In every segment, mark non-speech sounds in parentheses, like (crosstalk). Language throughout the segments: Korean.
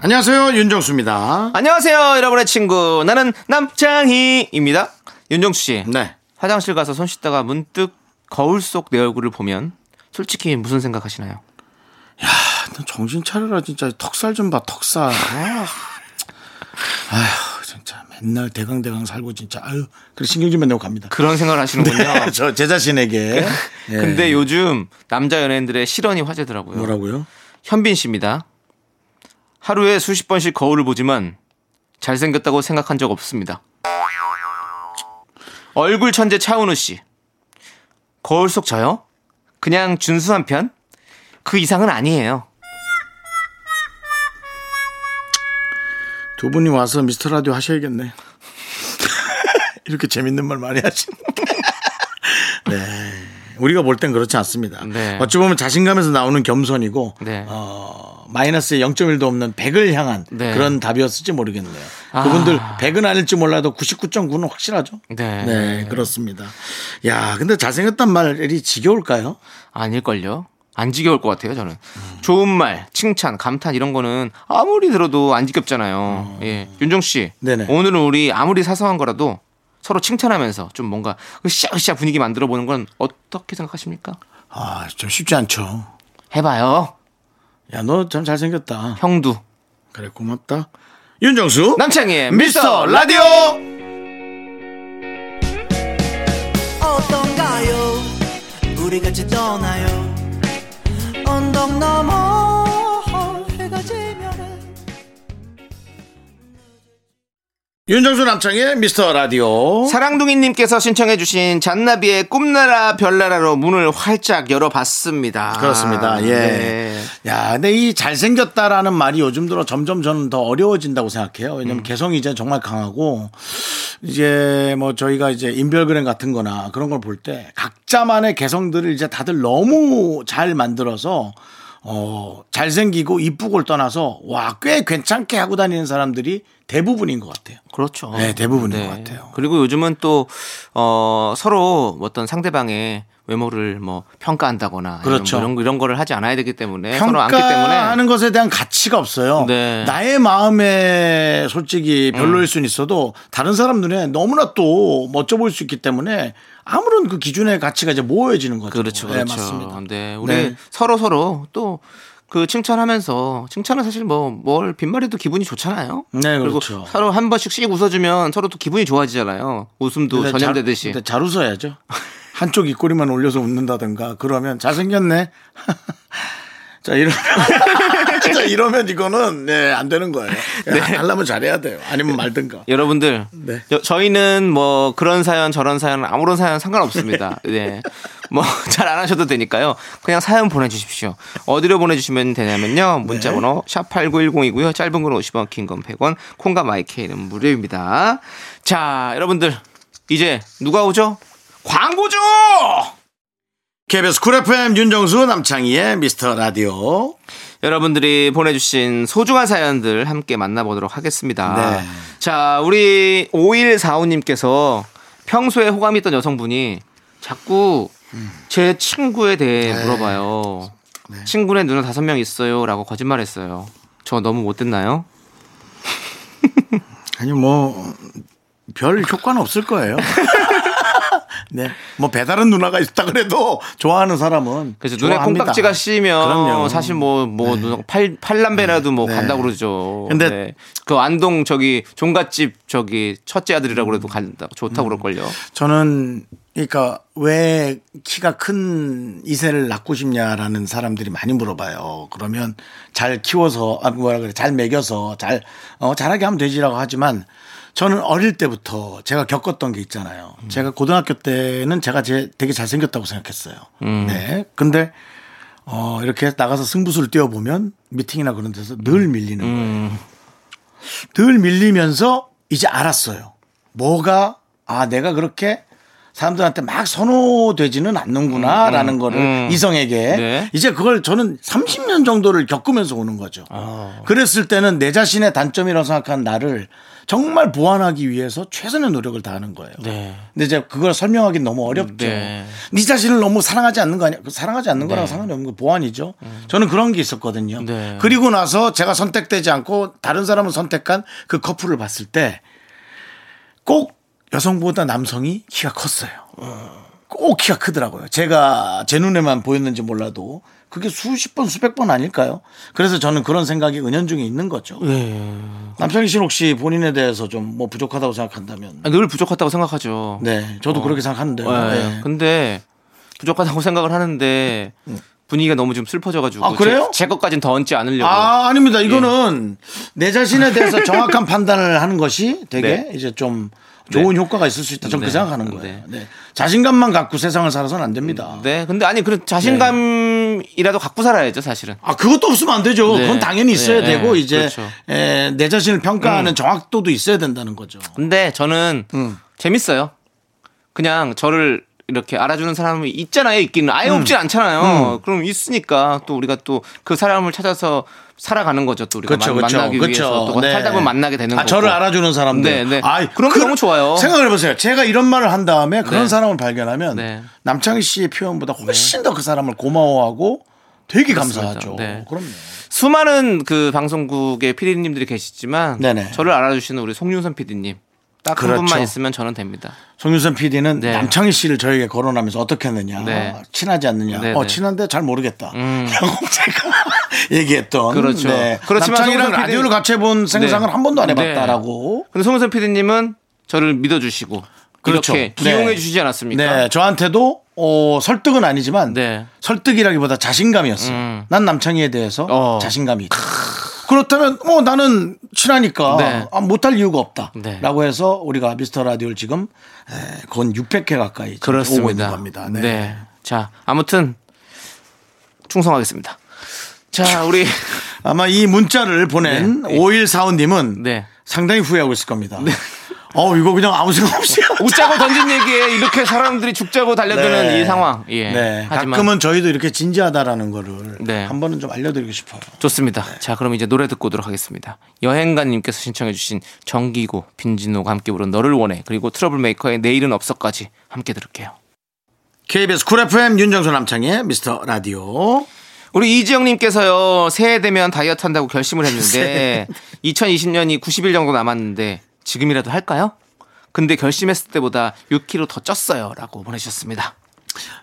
안녕하세요 윤정수입니다. 안녕하세요, 여러분의 친구. 나는 남창희입니다. 윤정수 씨. 네. 화장실 가서 손 씻다가 문득 거울 속 내 얼굴을 보면 솔직히 무슨 생각하시나요? 너 아, 정신 차려라 진짜 턱살 좀 봐 턱살. 아. 아휴 진짜 맨날 대강 대강 살고 진짜 아유 그래 신경 좀 내고 갑니다. 그런 생각을 (laughs) 하시는군요. 저 제 자신에게. 예. (laughs) 근데 요즘 남자 연예인들의 실언이 화제더라고요. 뭐라고요? 현빈 씨입니다. 하루에 수십 번씩 거울을 보지만 잘생겼다고 생각한 적 없습니다. 얼굴 천재 차은우 씨. 거울 속 저요? 그냥 준수한 편? 그 이상은 아니에요. 두 분이 와서 미스터 라디오 하셔야겠네. (laughs) 이렇게 재밌는 말 많이 하시는데. (laughs) 네. 우리가 볼 땐 그렇지 않습니다. 네. 어찌 보면 자신감에서 나오는 겸손이고 네. 어, 마이너스의 0.1도 없는 100을 향한 네. 그런 답이었을지 모르겠네요. 아. 그분들 100은 아닐지 몰라도 99.9는 확실하죠. 네. 네, 그렇습니다. 야, 근데 잘생겼단 말이 지겨울까요? 아닐걸요? 안 지겨울 것 같아요, 저는. 좋은 말, 칭찬, 감탄 이런 거는 아무리 들어도 안 지겹잖아요. 예. 윤종 씨. 네네. 오늘은 우리 아무리 사소한 거라도 서로 칭찬하면서 좀 뭔가 으쌰으쌰 분위기 만들어 보는 건 어떻게 생각하십니까? 아, 좀 쉽지 않죠. 해봐요. 야, 너 참 잘생겼다. 형두. 그래, 고맙다. 윤정수. 남창희의 미스터 미스터 라디오 어떤가요? 우리 같이 떠나요. 언덕 너머 해가 지면은 윤정수 남창의 미스터 라디오 사랑둥이님께서 신청해주신 잔나비의 꿈나라 별나라로 문을 활짝 열어봤습니다. 그렇습니다. 예. 네. 야, 근데 이 잘생겼다라는 말이 요즘 들어 점점 저는 더 어려워진다고 생각해요. 음. 왜냐면 개성이 이제 정말 강하고 이제 뭐 저희가 이제 인별그램 같은 거나 그런 걸 볼 때 각자만의 개성들을 이제 다들 너무 잘 만들어서 어, 잘생기고 이쁘고를 떠나서 와, 꽤 괜찮게 하고 다니는 사람들이 대부분인 것 같아요. 그렇죠. 네, 대부분인 것 같아요. 그리고 요즘은 또, 어, 서로 어떤 상대방의 외모를 뭐 평가한다거나 그렇죠. 이런, 이런, 이런 거를 하지 않아야 되기 때문에 예, 서로 안기 때문에 평가하는 네, 것에 대한 가치가 없어요. 네. 나의 마음에 솔직히 별로일 순 있어도 다른 사람 눈에 너무나 또 멋져 보일 수 있기 때문에 아무런 그 기준의 가치가 이제 모여지는 거죠. 그렇죠. 네, 그렇죠. 맞습니다. 네, 우리 네. 서로 서로 또 그 칭찬하면서 칭찬은 사실 뭐 뭘 빈말해도 기분이 좋잖아요. 네, 리고 그렇죠. 서로 한 번씩 씩 웃어주면 서로 또 기분이 좋아지잖아요. 웃음도 근데 전염되듯이. 잘, 근데 잘 웃어야죠. 한쪽 입꼬리만 올려서 웃는다든가 그러면 잘생겼네. (laughs) 자, 이러면, (laughs) 자, 이러면 이거는 네, 안 되는 거예요. 하려면 잘해야 돼요. 아니면 말든가. 여러분들, 그렇죠. 네. 여- 저희는 뭐 그런 사연 저런 사연 아무런 사연 상관없습니다. 네, 뭐 잘 안 하셔도 되니까요. 그냥 사연 보내주십시오. 어디로 보내주시면 되냐면요. 문자번호 샵 #8910이고요. 짧은 건 50원, 긴 건 100원, 콩과 마이케이는 무료입니다. 자, 여러분들 이제 누가 오죠? 광고죠. KBS 쿨 FM 윤정수 남창희의 미스터 라디오. 여러분들이 보내주신 소중한 사연들 함께 만나보도록 하겠습니다. 네. 자, 우리 5145님께서 평소에 호감이 있던 여성분이 자꾸 제 친구에 대해 네. 물어봐요. 친구네 누나 다섯 명 있어요. 라고 거짓말했어요. 저 너무 못됐나요? 아니 뭐 별 효과는 없을 거예요. (laughs) 네, 뭐 배달은 누나가 있다 그래도 좋아하는 사람은 그래서 그렇죠. 눈에 좋아합니다. 콩깍지가 씌면 그럼요. 네. 사실 뭐 뭐 누나 팔 팔남배라도 뭐 간다고 그러죠. 근데- 그 안동 저기 종갓집 저기 첫째 아들이라고 그래도 간다 좋다고 음. 그럴걸요. 저는 그러니까 왜 키가 큰 이세를 낳고 싶냐라는 사람들이 많이 물어봐요. 그러면 잘 키워서 아 뭐라 그래 잘 먹여서 잘 어, 잘하게 하면 되지라고 하지만 저는 어릴 때부터 제가 겪었던 게 있잖아요. 제가 고등학교 때는 제가 제 되게 잘생겼다고 생각했어요. 음. 네. 근데 음. 어 이렇게 나가서 승부수를 띄워보면 미팅이나 그런 데서 늘 밀리는 거예요. 덜 밀리면서 이제 알았어요. 뭐가 아 내가 그렇게 사람들한테 막 선호되지는 않는구나라는 거를 음. 이성에게 네. 이제 그걸 저는 30년 정도를 겪으면서 오는 거죠. 아. 그랬을 때는 내 자신의 단점이라고 생각한 나를 정말 보완하기 위해서 최선의 노력을 다하는 거예요. 네. 근데 이제 그걸 설명하기 는 너무 어렵죠. 네. 네. 자신을 너무 사랑하지 않는 거 아니야? 그 사랑하지 않는 거랑 상관이 없는 거 보완이죠. 저는 그런 게 있었거든요. 음. 네. 그리고 나서 제가 선택되지 않고 다른 사람을 선택한 그 커플을 봤을 때 꼭 여성보다 남성이 키가 컸어요. 꼭 키가 크더라고요. 제가 제 눈에만 보였는지 몰라도 그게 수십 번 수백 번 아닐까요? 그래서 저는 그런 생각이 은연중에 있는 거죠. 네. 남창희 씨는 혹시 본인에 대해서 좀 뭐 부족하다고 생각한다면 아, 늘 부족하다고 생각하죠. 네, 저도 그렇게 생각하는데요. 어. 네. 네. 근데 부족하다고 생각을 하는데 분위기가 너무 좀 슬퍼져가지고 음. 아, 그래요? 제, 제 것까진 더 얹지 않으려고. 아, 예. 아닙니다. 이거는 내 자신에 (laughs) 대해서 정확한 판단을 하는 것이 되게 네. 이제 좀 좋은 효과가 있을 수 있다. 저는 네. 그 생각하는 거예요. 네. 네. 자신감만 갖고 세상을 살아서는 안 됩니다. 네. 근데 아니 그래 자신감이라도 갖고 살아야죠 사실은. 아, 그것도 없으면 안 되죠. 네. 그건 당연히 있어야 네, 되고 네. 이제 그렇죠. 음. 에, 내 자신을 평가하는 정확도도 있어야 된다는 거죠. 근데 저는 음. 재밌어요. 그냥 저를 이렇게 알아주는 사람이 있잖아요. 있기는 아예 음. 없진 않잖아요. 그럼 있으니까 또 우리가 또 그 사람을 찾아서 살아가는 거죠. 또 우리가 그렇죠, 그러니까 만- 그렇죠, 만나기 위해서 그렇죠. 또 살다 보면 만나게 되는 아, 거고. 저를 알아주는 사람들. 네, 네. 아이, 그런 게 너무 좋아요. 생각을 해보세요. 제가 이런 말을 한 다음에 그런 네. 사람을 발견하면 네. 남창희 씨의 표현보다 훨씬 더 그 사람을 고마워하고 되게 그렇습니다. 감사하죠. 네. 그럼요. 수많은 그 방송국의 피디님들이 계시지만 네네. 저를 알아주시는 우리 송윤선 피디님 딱 한 그렇죠. 분만 있으면 저는 됩니다. 송윤선 PD는 네. 남창희 씨를 저에게 거론하면서 어떻게 했느냐, 네. 친하지 않느냐, 네, 어 네. 음. 친한데 잘 모르겠다. 라고 (laughs) 제가 얘기했던. 네. 그렇죠. 그렇지만 남창희랑 송윤선 PD 라디오를 같이 해본 생각은 네. 한 번도 안 네. 해봤다라고. 근데 송윤선 피디님은 저를 믿어주시고 그렇죠. 이렇게 네. 기용해 주시지 않았습니까? 네, 저한테도 어, 설득은 아니지만 네. 설득이라기보다 자신감이었어요. 음. 난 남창희에 대해서 어. 자신감이 있다. 그렇다면 어 나는 친하니까 네. 아, 못할 이유가 네. 없다라고 해서 우리가 미스터 라디오를 지금 에, 건 600회 가까이 지금 오고 있는 그렇습니다. 겁니다. 네. 자, 아무튼 충성하겠습니다. 자, 우리 (laughs) 아마 이 문자를 보낸 네. 5145님은 네. 상당히 후회하고 있을 겁니다. (laughs) 어 이거 그냥 아무 생각 없이 웃자고 던진 얘기에 이렇게 사람들이 죽자고 달려드는 네. 이 상황. 예. 네. 하지만 가끔은 저희도 이렇게 진지하다라는 거를 네. 한 번은 좀 알려드리고 싶어요. 좋습니다. 자, 그럼 이제 노래 듣고 오도록 하겠습니다. 여행가님께서 신청해주신 정기고, 빈진호가 함께 부른 너를 원해, 그리고 트러블메이커의 내일은 없어까지 함께 들을게요. KBS 쿨 FM 윤정수 남창의 미스터 라디오. 우리 이지영님께서요, 새해 되면 다이어트 한다고 (laughs) 결심을 했는데, 2020년이 90일 정도 남았는데, 지금이라도 할까요? 근데 결심했을 때보다 6kg 더 쪘어요. 라고 보내주셨습니다.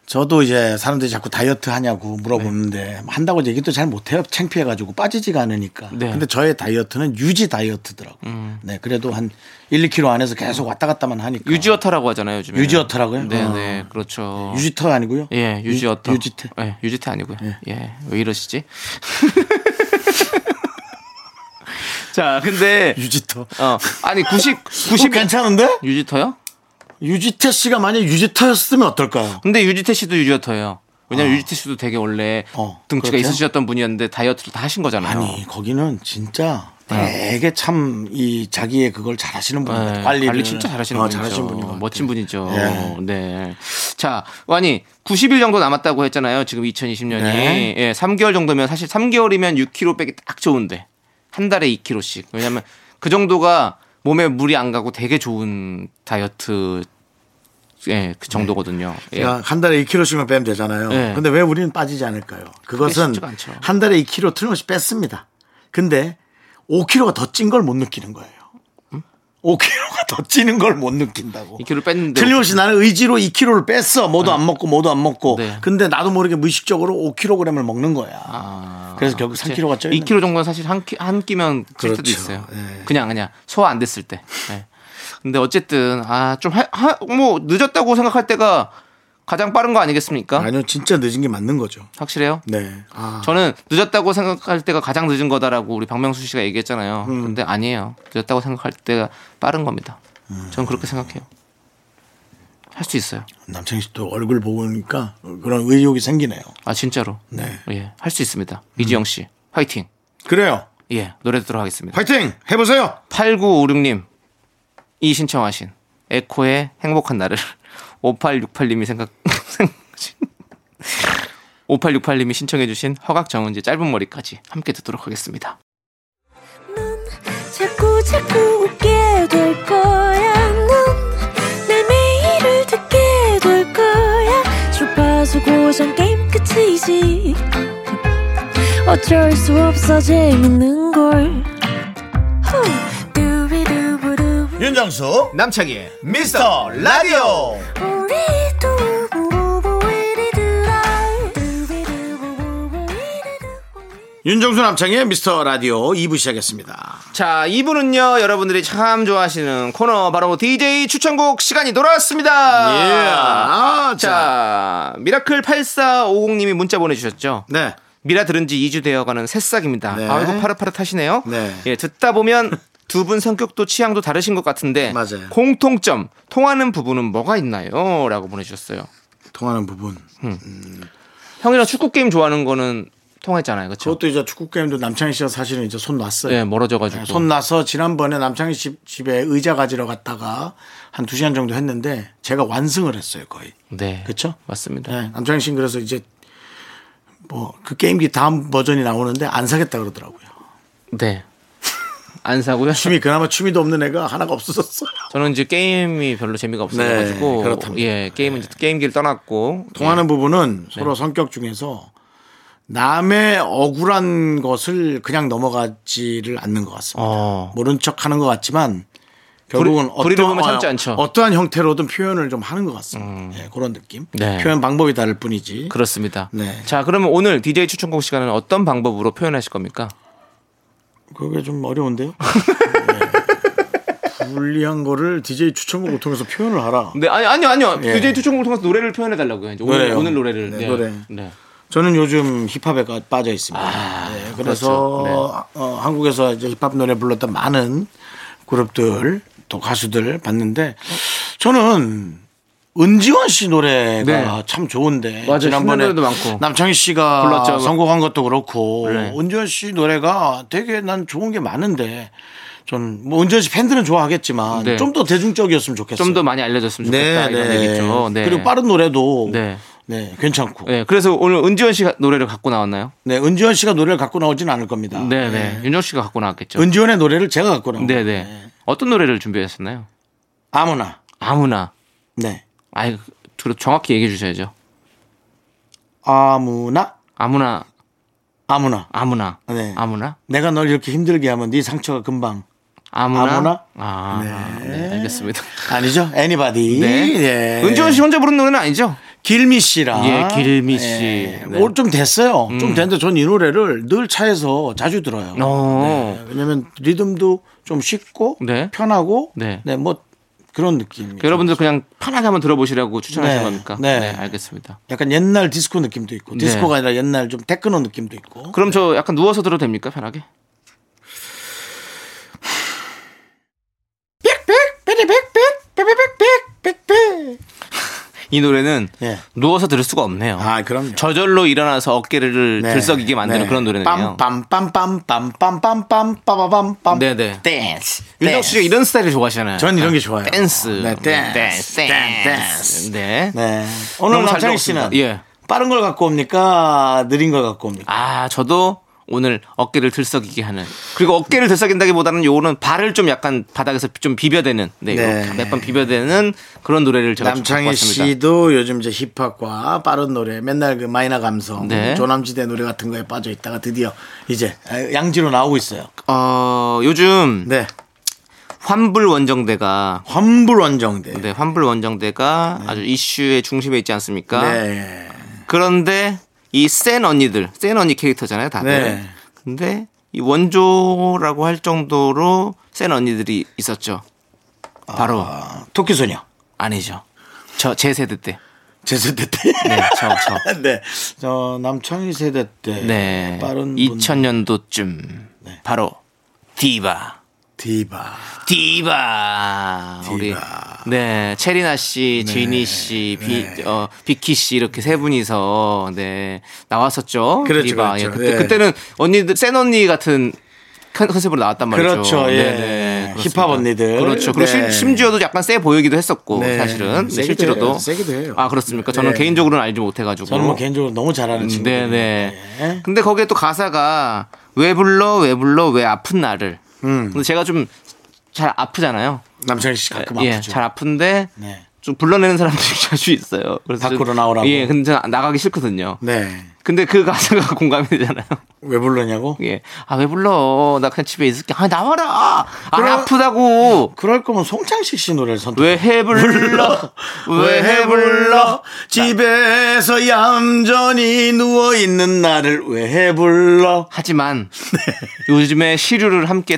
저도 이제 사람들이 자꾸 다이어트 하냐고 물어보는데 한다고 얘기도 잘 못해요. 창피해가지고 빠지지가 않으니까. 네. 음. 근데 저의 다이어트는 유지 다이어트더라고요. 네. 그래도 한 1, 2kg 안에서 계속 왔다 갔다만 하니까. 유지어터라고 하잖아요, 요즘에. 유지어터라고요? 아. 네네, 그렇죠. 유지터 아니고요? 예, 유지어터. 유, 유지태. 예, 유지태 아니고요. 예. 왜 (laughs) 이러시지? 자, 근데 유지터. 어, 아니 90 90 90 괜찮은데? 유지터요? 유지태 씨가 만약 유지터였으면 어떨까요? 근데 유지태 씨도 유지어터예요. 왜냐면 유지태 씨도 되게 원래 어, 등치가 그렇죠? 있으셨던 분이었는데 다이어트를 다 하신 거잖아요. 아니 거기는 진짜 되게 참 이 자기의 그걸 잘 하시는 분이에요. 네, 관리 관리를. 진짜 잘하시는 어, 분이죠. 잘하시는 분인 것 같아요. 멋진 분이죠. 예. 네. 자, 아니 90일 정도 남았다고 했잖아요. 지금 2020년이 네. 예, 3개월 정도면 사실 3개월이면 6kg 빼기 딱 좋은데 한 달에 2kg씩. 왜냐하면 그 정도가 몸에 물이 안 가고 되게 좋은 다이어트 예, 그 정도거든요. 예. 그러니까 한 달에 2kg씩만 빼면 되잖아요. 네. 근데 왜 우리는 빠지지 않을까요? 그것은 쉽지가 않죠. 한 달에 2kg 틀림없이 뺐습니다. 근데 5kg가 더 찐 걸 못 느끼는 거예요. 음? 5kg가 더 찌는 걸 못 느낀다고. 2kg 뺐는데 틀림없이 나는 의지로 2kg를 뺐어. 뭐도 안 먹고, 뭐도 안 먹고. 네. 근데 나도 모르게 무의식적으로 5kg을 먹는 거야. 아, 그래서 결국 3kg가 쪄 있는 2kg 정도는 사실 한, 끼, 한 끼면 찔 그렇죠. 때도 있어요. 예. 그냥 그냥 소화 안 됐을 때. 예. 근데 어쨌든 아, 아좀뭐 늦었다고 생각할 때가 가장 빠른 거 아니겠습니까? 아니요, 진짜 늦은 게 맞는 거죠. 확실해요? 네. 아, 저는 늦었다고 생각할 때가 가장 늦은 거다라고 우리 박명수 씨가 얘기했잖아요. 음. 근데 아니에요. 늦었다고 생각할 때가 빠른 겁니다. 음. 저는 그렇게 생각해요. 할 수 있어요. 남창희 씨도 얼굴 보고 오니까 그런 의욕이 생기네요. 아 진짜로. 네. 음. 예, 할 수 있습니다. 이지영 씨, 화이팅. 그래요. 예, 노래 듣도록 하겠습니다. 화이팅! 해보세요! 8956님, 이 신청하신 에코의 행복한 날을 (laughs) 5868님이 생각, (laughs) 생각하신 5868님이 신청해주신 허각 정은지 짧은 머리까지 함께 듣도록 하겠습니다. 자꾸 자꾸 웃게 될 거야. 넌내 매일을 듣게 될 거야. 주파수 고정 게임 끝이지. 어쩔 수 없어 재밌는 걸. 후. 두비두부두. 윤정수 남창희의 미스터 라디오 우리 두부부부 우리들아. 두비두부부부 우리들아. 윤정수 남창의 미스터 라디오 2부 시작했습니다. 자, 이분은요, 여러분들이 참 좋아하시는 코너, 바로 DJ 추천곡 시간이 돌아왔습니다. 예. 아, 자. 자, 미라클 8450님이 문자 보내주셨죠? 네. 미라 들은 지 2주 되어가는 새싹입니다. 네. 아이고, 파릇파릇하시네요. 네. 예, 듣다 보면 두 분 성격도 취향도 다르신 것 같은데, 맞아요. 공통점, 통하는 부분은 뭐가 있나요? 라고 보내주셨어요. 통하는 부분. 형이랑 축구게임 좋아하는 거는 통했잖아요. 그쵸? 그것도 이제 축구 게임도 남창희 씨가 사실은 이제 손 놨어요. 네, 아, 예, 멀어져가지고. 손 나서 지난번에 남창희 씨 집에 의자 가지러 갔다가 한 두 시간 정도 했는데 제가 완승을 했어요 거의. 네. 그쵸? 맞습니다. 네, 남창희 씨는 그래서 이제 뭐 그 게임기 다음 버전이 나오는데 안 사겠다 그러더라고요. 네. 안 사고요. 취미 그나마 취미도 없는 애가 하나가 없어졌어요. 저는 이제 게임이 별로 재미가 없어가지고 네, 그렇답니다. 예 게임은 이제 게임기를 떠났고 통하는 부분은 서로 네. 성격 중에서 남의 억울한 것을 그냥 넘어가지를 않는 것 같습니다. 어. 모른 척 하는 것 같지만 결국은 불이- 불이 들어오면 참지 않죠. 음. 어떠한 형태로든 표현을 좀 하는 것 같습니다. 예, 그런 느낌. 네. 표현 방법이 다를 뿐이지. 그렇습니다. 네. 자 그러면 오늘 DJ 추천곡 시간은 어떤 방법으로 표현하실 겁니까? 그게 좀 (laughs) 어려운데요. 네. 불리한 거를 DJ 추천곡을 통해서 표현을 하라. 네 아니 아니요 아니요 예. DJ 추천곡을 통해서 노래를 표현해 달라고요. 이제 오늘 노래요? 오늘 노래를 네, 네. 노래. 네. 저는 요즘 힙합에 가- 빠져 있습니다. 아, 네, 그래서 그렇죠. 어, 한국에서 이제 힙합 노래 불렀던 많은 그룹들 또 가수들 봤는데 저는 은지원 씨 노래가 네. 참 좋은데 맞아요. 지난번에 신나는 노래도 많고. 남창희 씨가 불렀죠. 선곡한 것도 그렇고 네. 은지원 씨 노래가 되게 난 좋은 게 많은데 전뭐 은지원 씨 팬들은 좋아하겠지만 네. 좀 더 대중적이었으면 좋겠어요. 네, 좀 더 많이 알려졌으면 좋겠다 이런 얘기죠. 네. 그리고 빠른 노래도 네. 네, 괜찮고 네, 그래서 오늘 은지원 씨가 노래를 갖고 나왔나요? 네, 은지원 씨가 노래를 갖고 나오진 않을 겁니다. 네, 네. 윤정 씨가 갖고 나왔겠죠. 아, 은지원의 노래를 제가 갖고 나온 네, 네. 네. 어떤 노래를 준비하셨나요? 아무나. 아무나. 네. 아이 주로 정확히 얘기해 주셔야죠. 아무나. 아무나 아무나. 아무나. 네. 아무나. 내가 널 이렇게 힘들게 하면 네 상처가 금방 아무나. 아무나? 아, 네. 알겠습니다. 아니죠? 애니바디. 네. 네. 은지원 씨 혼자 부른 노래는 아니죠? 길미 씨랑 예, 길미 씨. 예. 네. 올- 좀 됐어요. 좀 됐는데 전 이 노래를 늘 차에서 자주 들어요. 네. 어. 왜냐면 리듬도 좀 쉽고 네. 편하고 네. 네. 뭐 그런 느낌. 그 여러분들 그냥 편하게 한번 들어보시라고 추천하신 네. 겁니까? 네. 알겠습니다. 약간 옛날 디스코 느낌도 있고 네. 디스코가 아니라 옛날 좀 테크노 느낌도 있고. 그럼 저 약간 누워서 들어도 됩니까? 편하게? 이 노래는 예. 누워서 들을 수가 없네요. 아, 그럼요. 저절로 일어나서 어깨를 네. 들썩이게 만드는 네. 그런 노래네요. 빰빰빰빰빰빰빰빰빰빰빰빰. 네네. 댄스. 윤정 씨가 이런 스타일을 좋아하시잖아요. 전 이런 게 좋아요. 댄스. 네, 댄스. 네, 댄스. 댄스. 네. 네. 오늘 너무 잘 남창희 씨는 들었습니다. 예. 빠른 걸 갖고 옵니까? 느린 걸 갖고 옵니까? 아, 저도 오늘 어깨를 들썩이게 하는. 그리고 어깨를 들썩인다기보다는 요거는 발을 좀 약간 바닥에서 좀 비벼대는. 네. 네. 몇 번 비벼대는 그런 노래를 제가 좀 갖고 남창희 왔습니다. 씨도 요즘 이제 힙합과 빠른 노래, 맨날 그 마이너 감성, 네. 조남지대 노래 같은 거에 빠져 있다가 드디어 이제 양지로 나오고 있어요. 어, 요즘 네. 환불 원정대가 환불 원정대. 네, 환불 원정대가 아주 이슈의 중심에 있지 않습니까? 네. 그런데 이 센 언니들, 센 언니 캐릭터잖아요, 다들. 네. 근데 이 원조라고 할 정도로 센 언니들이 있었죠. 바로 아, 토끼소녀. 아니죠. 저 제 세대 때. 제 세대 때. 네, 저 저. (laughs) 네. 저 남창희 세대 때 네. 빠른 네. 2000년도쯤 바로 디바. 분, 디바. 디바. 우리 네, 체리나 씨, 지니 씨, 비, 네. 어, 비키 씨 이렇게 세 분이서 네, 나왔었죠. 그렇죠, 디바. 그렇죠. 예, 그때 네. 그때는 언니들 센 언니 같은 컨- 컨셉으로 나왔단 말이죠. 네, 그렇죠, 예. 그렇습니다. 힙합 언니들. 그렇죠. 그리고 네. 심- 심지어도 약간 세 보이기도 했었고 네. 사실은 세기도 실제로도 해요. 세기도 해요. 아 그렇습니까? 저는 네. 개인적으로는 알지 못해가지고. 저는 뭐 개인적으로 너무 잘하는 친구. 음, 네네. 근데 거기에 또 가사가 왜 불러 왜 불러 왜 아픈 나를. 음. 근데 제가 좀 잘 아프잖아요. 남창희 씨 가끔 예, 아프죠. 잘 아픈데 네. 좀 불러내는 사람들이 (laughs) 자주 있어요. 그래서 밖으로 좀- 나오라고. 예, 근데 저는 나가기 싫거든요. 네. 근데 그 가사가 (laughs) 공감이 되잖아요. 왜 불렀냐고? 예. 아, 왜 불러? 나 그냥 집에 있을게. 아, 나와라! 안 그럼- 아프다고! 그럴 거면 송창식 씨 노래를 선택. 왜 해 불러? 왜 해 불러? 집에서 얌전히 누워 있는 나를 왜 해 불러? 하지만 네. 요즘에 시류를 함께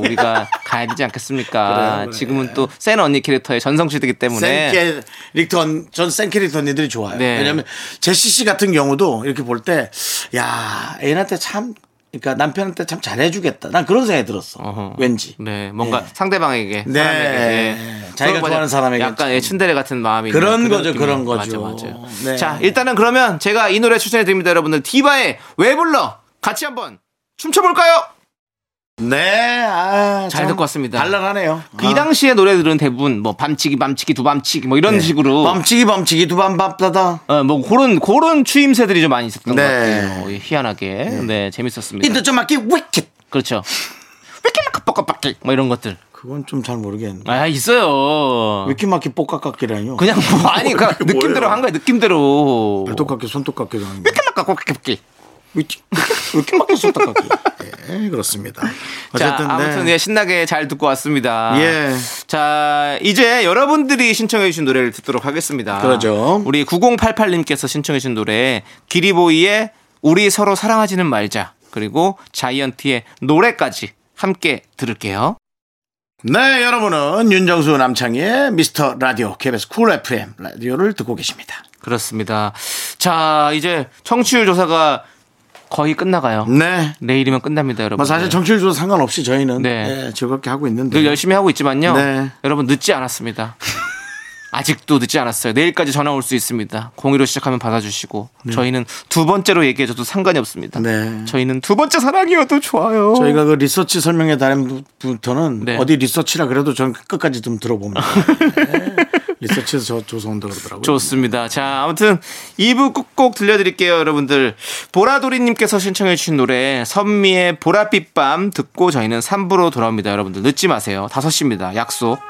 (laughs) 우리가 가야 되지 않겠습니까? 지금은 또 센 언니 캐릭터의 전성시대이기 때문에 센 캐릭터, 전센 캐릭터 언니들이 좋아요. 네. 왜냐면 제시 씨 같은 경우도 이렇게 볼 때, 야, 애인한테 참, 그러니까 남편한테 참 잘해주겠다. 난 그런 생각이 들었어. 어허. 왠지. 네, 뭔가 네. 상대방에게 네. 사람에게, 자기가 서로 좋아하는 사람에게 약간 예, 츤데레 같은 마음이 있는 그런 거죠, 그런 맞아요, 거죠. 맞아요. 네. 자, 일단은 그러면 제가 이 노래 추천해 드립니다, 여러분들. 디바의 왜 불러 같이 한번 춤춰볼까요? 네, 아. 잘 참 듣고 왔습니다. 발랄하네요. 그 이 당시의 노래들은 대부분 뭐 밤치기, 밤치기, 두 밤치기 뭐 네. 이런 식으로 범치기, 범치기, 두밤밤따다. 어, 뭐 그런 그런 추임새들이 좀 많이 있었던 네. 것 같아요. 예, 희한하게 네, 재밌었습니다. 인도 좀 맞기, 위킷. 그렇죠. 위키마카 뻑뻑뻑기 뭐 이런 것들 그건 좀 잘 모르겠는데. 아 있어요. 위키마키 뽀깍깍기라뇨. 아. 그냥 뭐 아니 그냥 느낌대로 한 거야 느낌대로 발톱깎이, 손톱깎이도 아니고. 삐끗나까 꼽기 이렇게 막혔었다 (laughs) 예 그렇습니다. 자 어쨌든 아무튼 네. 예 신나게 잘 듣고 왔습니다 예. 자 이제 여러분들이 신청해 주신 노래를 듣도록 하겠습니다 그러죠. 우리 9088님께서 신청해 주신 노래 기리보이의 우리 서로 사랑하지는 말자 그리고 자이언티의 노래까지 함께 들을게요 네, 여러분은 윤정수 남창희의 미스터 라디오 KBS 쿨 FM 라디오를 듣고 계십니다. 그렇습니다 자 이제 청취율 조사가 거의 끝나가요 네. 내일이면 끝납니다 여러분 뭐 사실 정치율도 상관없이 저희는 네. 예, 즐겁게 하고 늘 있는데 열심히 하고 있지만요. 네. 여러분 늦지 않았습니다. 아직도 늦지 않았어요. 내일까지 전화 올 수 있습니다. 공의로 시작하면 받아주시고 저희는 두 번째로 얘기해줘도 상관이 없습니다. 네. 저희는 두 번째 사랑이어도 좋아요. 저희가 그 리서치 설명회 다음부터는 네. 어디 리서치라 그래도 저는 끝까지 좀 들어봅니다. (laughs) 네. 리서치에서 저 조사 온다 그러더라고요. 좋습니다. 자, 아무튼 2부 꾹꾹 들려드릴게요, 여러분들. 보라돌이님께서 신청해주신 노래, 선미의 보랏빛 밤 듣고 저희는 3부로 돌아옵니다, 여러분들. 늦지 마세요. 5시입니다. 약속.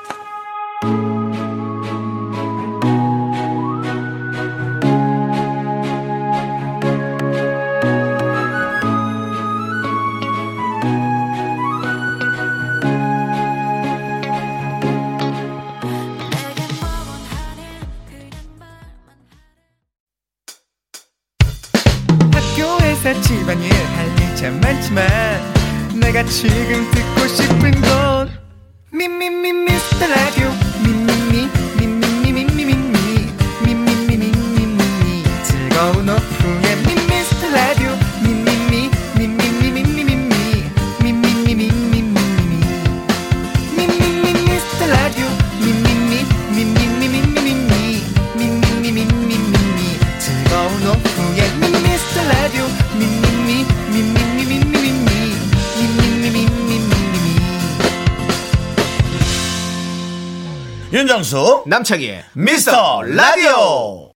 학교에서 집안일 할 일 참 많지만 내가 지금 듣고 싶은 건 미미미 미스터 라디오 미미미 미미미 미미미 미미미 미미미 즐거운 오후에 미스터 라디오 미미미 미미미 미미미 미미미 미미미 미미미 미스터 라디오 미미미 미미미 미미미 미미미 미미미 즐거운 오후에 미스터 라디오 미미미 미미미 미미미 미미미 미미미 윤정수 남창희의 미스터 라디오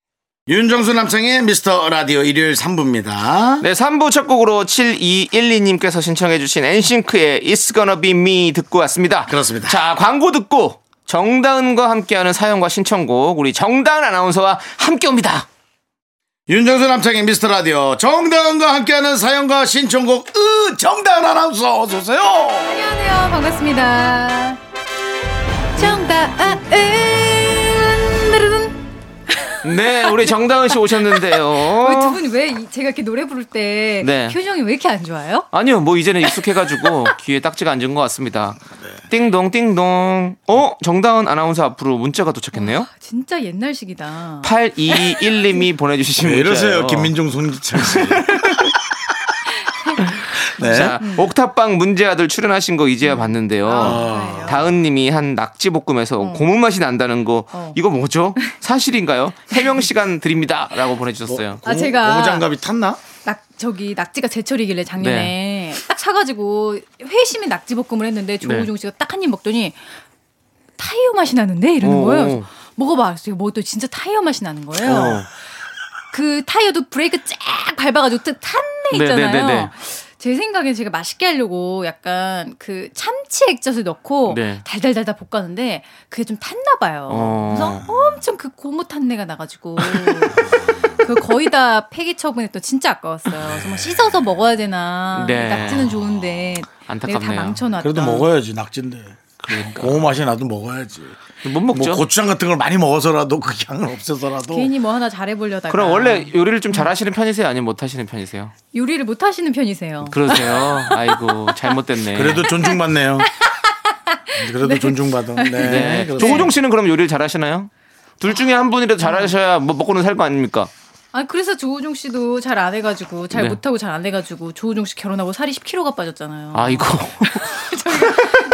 윤정수 남창의 미스터 라디오 일요일 3부입니다. 네, 3부 첫 곡으로 7212님께서 신청해주신 엔싱크의 It's Gonna Be Me 듣고 왔습니다. 그렇습니다. 자, 광고 듣고 정다은과 함께하는 사연과 신청곡, 우리 정다은 아나운서와 함께 옵니다. 윤정수 남창의 미스터 라디오 정다은과 함께하는 사연과 신청곡 으 정다은 아나운서 어서 오세요. 안녕하세요. 반갑습니다. 정다은. 네, 우리 정다은 씨 두 오셨는데요. 분 (laughs) 왜 제가 이렇게 노래 부를 때 네. 표정이 왜 이렇게 안 좋아요? 아니요, 뭐 이제는 익숙해가지고 귀에 딱지가 안 준 것 같습니다. 띵동, 띵동. 어? 정다은 아나운서 앞으로 문자가 도착했네요? 진짜 옛날식이다. 8212님이 보내주신 문자. 손기창 (laughs) 씨. 네. 자, 옥탑방 문제아들 출연하신 거 이제야 봤는데요. 음. 아. 다은님이 한 낙지 볶음에서 고무 맛이 난다는 거 어. 이거 뭐죠? (laughs) 사실인가요? 해명 시간 뭐, 드립니다라고 보내주셨어요. 아, 제가 고무장갑이 탔나? 네. 낙 저기 낙지가 제철이길래 작년에 딱 차가지고 회심에 낙지볶음을 네. 했는데 조우종 씨가 딱 한 입 먹더니 타이어 맛이 나는데 네, 이러는 오. 거예요. 그래서 먹어봐. 그래서 먹었더니 진짜 타이어 맛이 나는 거예요. 그 타이어도 브레이크 쫙 밟아가지고 뜻 네, 탄내 있잖아요. 네, 네, 네. 제 생각엔 제가 맛있게 하려고 약간 그 참치 액젓을 넣고 네. 달달달달 볶았는데 그게 좀 탔나 봐요. 어. 그래서 엄청 그 고무 탄내가 나가지고 그 거의 다 폐기 처분했던 진짜 아까웠어요. 정말 씻어서 먹어야 되나? 네. 낙지는 좋은데 내가 다 안타깝네요. 망쳐놨다. 그래도 먹어야지 낙지인데. 그러니까. 고무 맛이 나도 먹어야지. 못 먹죠. 뭐 고추장 같은 걸 많이 먹어서라도 그 향을 없애서라도 괜히 뭐 하나 잘해보려다가 그럼 원래 요리를 좀 잘하시는 편이세요? 아니면 못하시는 편이세요? 요리를 못하시는 편이세요. 그러세요. 아이고 잘못됐네. 그래도 (laughs) 존중받네요. 그래도 존중받아. 네. 네. 그렇습니다. 조호종 씨는 그럼 요리를 잘하시나요? 둘 중에 한 분이라도 잘하셔야 뭐 먹고는 살 거 아닙니까? 아 그래서 조우종 씨도 잘 안 해가지고 잘 네. 못하고 잘 안 해가지고 조우종 씨 결혼하고 살이 10kg가 빠졌잖아요. 아 이거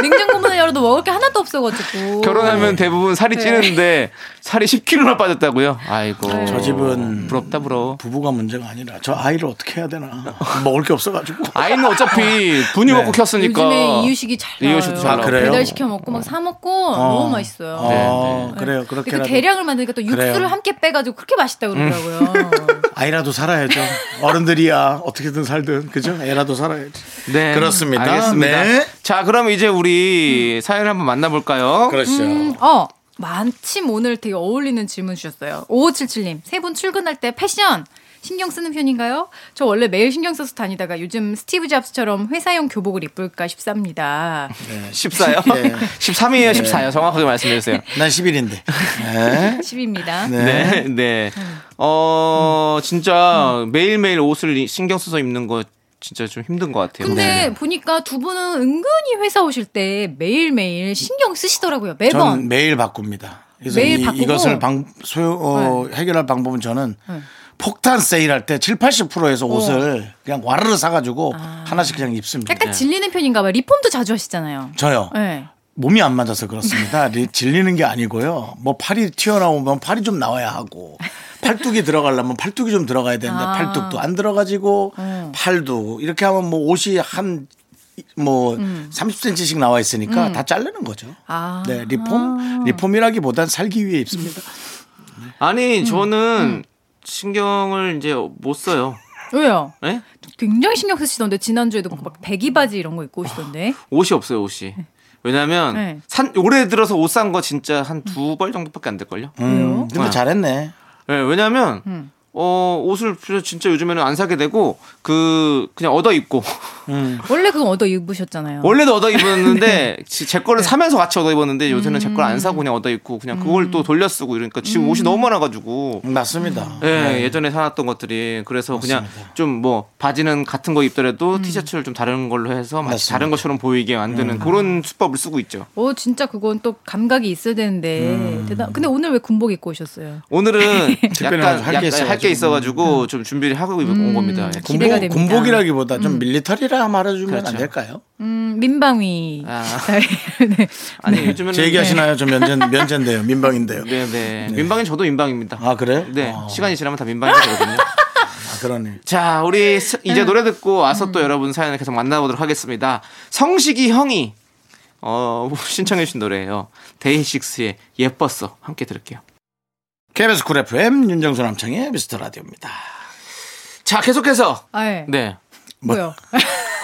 냉장고 문을 열어도 먹을 게 하나도 없어가지고 결혼하면 네. 대부분 살이 찌는데 살이 10kg나 빠졌다고요? 아이고 네. 저 집은 부럽다 부러워. 부부가 문제가 아니라 저 아이를 어떻게 해야 되나 먹을 게 없어가지고 아이는 어차피 네. 분유 먹고 켰으니까. 요즘에 이유식이 잘 나와요. 이유식도 잘 아, 나오고. 그래요? 배달 시켜 먹고 막 사 먹고 너무 맛있어요. 어, 네, 그래요. 근데 그렇게 그 대량을 만드니까 또 육수를 그래요. 함께 빼가지고 그렇게 맛있다 고 음. 그러더라고요. 아이라도 살아야죠. 어른들이야 어떻게든 살든 그죠? 애라도 살아야지. 네. 그렇습니다. 알겠습니다. 네. 자, 그럼 이제 우리 사연을 한번 만나볼까요? 그렇죠. 음, 어, 마침 오늘 되게 어울리는 질문 주셨어요. 5577님, 세 분 출근할 때 패션 신경 쓰는 편인가요? 저 원래 매일 신경 써서 다니다가 요즘 스티브 잡스처럼 회사용 교복을 입을까 (laughs) 싶습니다. 네. 14요? (laughs) 13이에요, 14요? 정확하게 말씀해주세요. 난 10일인데. 네. 10입니다. 네, 네. 음. 어, 진짜 매일매일 옷을 이- 신경 써서 입는 거 진짜 좀 힘든 것 같아요. 근데 네. 보니까 두 분은 은근히 회사 오실 때 매일매일 신경 쓰시더라고요. 매번. 전 매일 바꿉니다. 그래서 매일 이, 바꾸고. 네. 이것을 방, 소요, 어, 해결할 방법은 저는 폭탄 세일할 때 7, 80%에서 옷을 그냥 와르르 사가지고 하나씩 그냥 입습니다. 아. 약간 질리는 편인가 봐요. 리폼도 자주 하시잖아요. 네. 저요. 네. 몸이 안 맞아서 그렇습니다. (laughs) 리- 질리는 게 아니고요. 뭐 팔이 튀어나오면 팔이 좀 나와야 하고 팔뚝이 들어가려면 팔뚝이 좀 들어가야 되는데 아. 팔뚝도 안 들어가지고 팔도 이렇게 하면 뭐 옷이 한 뭐 30cm씩 나와 있으니까 다 자르는 거죠. 음. 아. 네, 리폼 리폼이라기보단 살기 위해 입습니다. 아니, 음. 저는 신경을 이제 못 써요. 왜요? 예? 굉장히 신경 쓰시던데 지난주에도 막 배기 바지 이런 거 입고 오시던데. 아. 옷이 없어요, 옷이. 네. 왜냐면 네. 산 올해 들어서 옷 산 거 진짜 한 두 음. 벌 정도밖에 안 될걸요. 왜요? 아. 근데 잘했네. 예, 왜냐면 음. 어 옷을 진짜 요즘에는 안 사게 되고 그 그냥 얻어 입고 음. 원래 그거 얻어 입으셨잖아요. 원래도 얻어 (laughs) 입었는데 네. 지- 제 거를 사면서 같이 얻어 입었는데 요새는 제 음. 걸 안 사고 그냥 얻어 입고 그냥 그걸 또 돌려 쓰고 이러니까 지금 옷이 너무 많아가지고 음. 맞습니다. 네, 예 예전에 사놨던 것들이 그래서 그냥 좀 뭐 바지는 같은 거 입더라도 티셔츠를 좀 다른 걸로 해서 마치 음. 맞습니다. 음. 다른 것처럼 보이게 만드는 그런 수법을 쓰고 있죠. 어 진짜 그건 또 감각이 있어야 되는데 음. 대단. 근데 오늘 왜 군복 입고 오셨어요? (laughs) 오늘은 특별히 약간 아주 할게 약간 할 있어가지고. 게 음. 있어가지고 좀 준비를 하고 온 겁니다. 예, 약간. 기대가 군복, 됩니다. 군복이라기보다 좀 밀리터리라 말해주면 안 그렇죠. 될까요? 음 민방위. 아. (laughs) 네. 아니 요즘에는 네. 제 얘기하시나요? 저 면제 면제인데요, 민방인데요. 네네 민방위 저도 민방입니다. 아 그래요? 네 아, 시간이 지나면 다 민방위 (laughs) 되거든요. 아, 그러네. 자, 우리 스- 음. 이제 노래 듣고 와서 또 여러분 사연을 계속 만나보도록 하겠습니다. 성식이 형이 어, (laughs) 신청해주신 노래예요. 데이식스의 예뻤어 함께 들을게요. KBS 쿨 FM 윤정수 남창의 미스터 라디오입니다. 자, 계속해서 아, 예. 네 뭐요?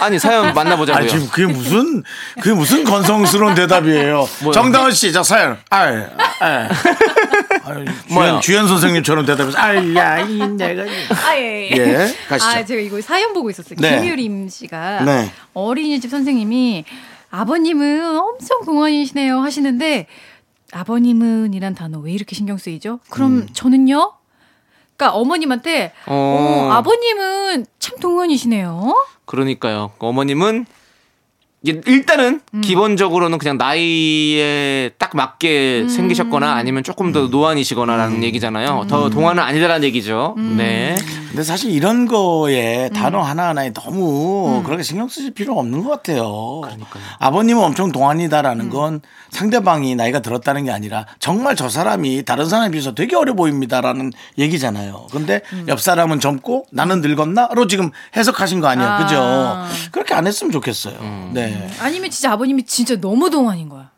아니 (laughs) 사연 아 만나보자고요. 지금 그게 무슨 그게 무슨 건성스러운 대답이에요. 뭐요? 정다은 씨저 사연. 아, 예, 아, (laughs) 주연, 뭐요? 주연 선생님처럼 대답해서 아야 이 내가 이. 아 예. 예, 가시죠. 아 제가 이거 사연 보고 있었어요. 네. 김유림 씨가 네. 어린이집 선생님이 아버님은 엄청 공안이시네요 하시는데 아버님은이란 단어 왜 이렇게 신경 쓰이죠? 음. 그럼 저는요? 그러니까 어머님한테 어, 어. 아버님은 참 동안이시네요. 그러니까요. 어머님은 이게 일단은 기본적으로는 그냥 나이에 딱 맞게 음. 생기셨거나 아니면 조금 더 노안이시거나라는 얘기잖아요. 더 동안은 아니다라는 얘기죠. 네. 근데 사실 이런 거에 단어 하나하나에 너무 그렇게 신경 쓰실 필요가 없는 것 같아요. 아버님은 엄청 동안이다라는 건 상대방이 나이가 들었다는 게 아니라 정말 저 사람이 다른 사람에 비해서 되게 어려 보입니다라는 얘기잖아요. 근데 옆 사람은 젊고 나는 늙었나로 지금 해석하신 거 아니에요. 그죠? 아. 그렇게 안 했으면 좋겠어요. 네. 아니면 진짜 아버님이 진짜 너무 동안인 거야.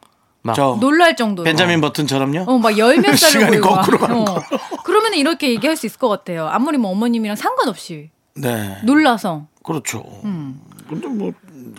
막 저 놀랄 정도로. 어. 벤자민 버튼처럼요? 어, 막 열 몇 살로 (laughs) 시간이 보이고. 막. 거꾸로 가는 어. 걸로. 그러면 이렇게 얘기할 수 있을 것 같아요. 아무리 뭐 어머님이랑 상관없이 네. 놀라서. 그렇죠. 근데 뭐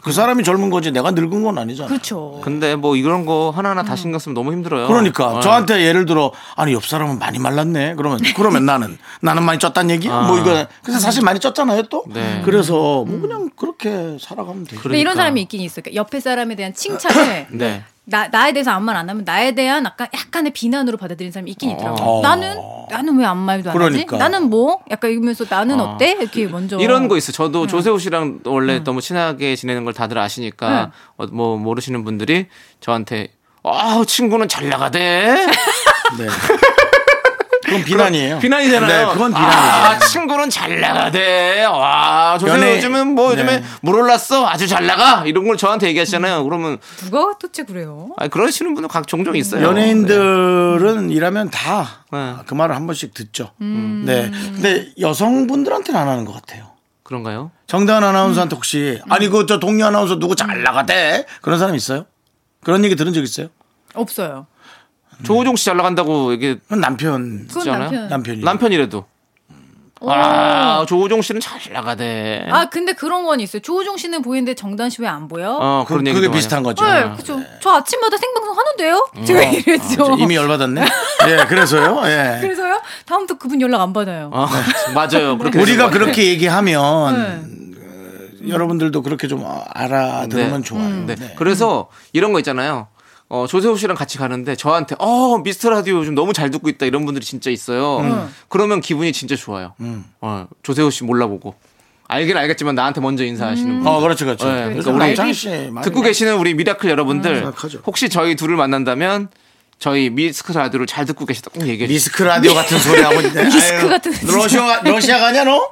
그 사람이 젊은 거지 내가 늙은 건 아니잖아. 요 그렇죠. 근데 뭐 이런 거 하나하나 다 신경 쓰면 너무 힘들어요. 그러니까 어. 저한테 예를 들어 아니 옆 사람은 많이 말랐네 그러면 그러면 나는 나는 많이 쪘단 얘기 뭐 이거 그래서 사실 많이 쪘잖아요 또 아. 네. 그래서 뭐 그냥 그렇게 살아가면 되죠 근데 이런 사람이 있긴 있어요. 그러니까 옆에 사람에 대한 칭찬을 (laughs) 네. 나, 나에 대해서 아무 말 안 하면 나에 대한 아까 약간의 비난으로 받아들이는 사람이 있긴 있더라고. 어. 요 나는 나는 왜 아무 말도 안 그러니까. 아. 하지? 나는 뭐? 약간 이러면서 나는 어. 때 이렇게 먼저 이런 거 있어. 저도 조세호 씨랑 원래 너무 친하게 지내는 걸 다들 아시니까 어, 뭐 모르시는 분들이 저한테 아 친구는 잘 나가대. 네. 그건 비난이에요 비난이잖아요. 네, 그건 아, 비난이죠 친구는 잘 나가대. 와 조세호 연애- 요즘은 뭐 요즘에 네. 물 올랐어. 아주 잘 나가. 이런 걸 저한테 얘기하시잖아요. 그러면 누가 도대체 그래요? 아 그러시는 분들 각 종종 있어요. 연예인들은 일하면 다 그 네. 음. 말을 한 번씩 듣죠 네 근데 여성분들한테는 안 하는 것 같아요 그런가요? 정다은 아나운서한테 혹시 음. 아니 그 저 동료 아나운서 누구 잘 나가대 그런 사람 있어요 그런 얘기 들은 적 있어요 없어요. 조호종 씨 잘 나간다고 이게 그건 남편 그건 있잖아요. 남편. 남편이 남편이라도 아 조호종 씨는 잘 나가대. 아 근데 그런 건 있어요. 조우종 씨는 보이는데 정단 씨 왜 안 보여? 어 그런 그, 얘기도 그게 많이 비슷한 거죠 음. 어, 네, 그죠. 저 아침마다 생방송 하는데요. 제가 이랬죠. 저 아, 이미 (laughs) 열받았네. 예, 그래서요. 예. 그래서요. 다음부터 그분 연락 안 받아요. 아, (laughs) 맞아요. 그렇게 우리가 되는 것 뭐, 네. 그렇게 얘기하면 어, 여러분들도 그렇게 좀 알아들으면 네. 좋아요. 같아요. 네. 네. 그래서 이런 거 있잖아요. 어, 조세호 씨랑 같이 가는데 저한테 어 미스터 라디오 요즘 너무 잘 듣고 있다 이런 분들이 진짜 있어요. 음. 음. 그러면 기분이 진짜 좋아요. 어, 조세호 씨 몰라보고 알긴 알겠지만 나한테 먼저 인사하시는 분. 어, 그렇죠, 그렇죠. 네, 그러니까 그러니까 우리 우리 장 씨, 많이 음, 듣고 계시는 우리 미라클 여러분들 생각하죠. 혹시 저희 둘을 만난다면 저희 미스터 라디오를 잘 듣고 계시다 꼭 얘기해 주세요. 리스크 라디오 같은 소리 하고 (laughs) 있는데. 리스크 아유, 같은 소리. 러시아 러시아 가냐 너?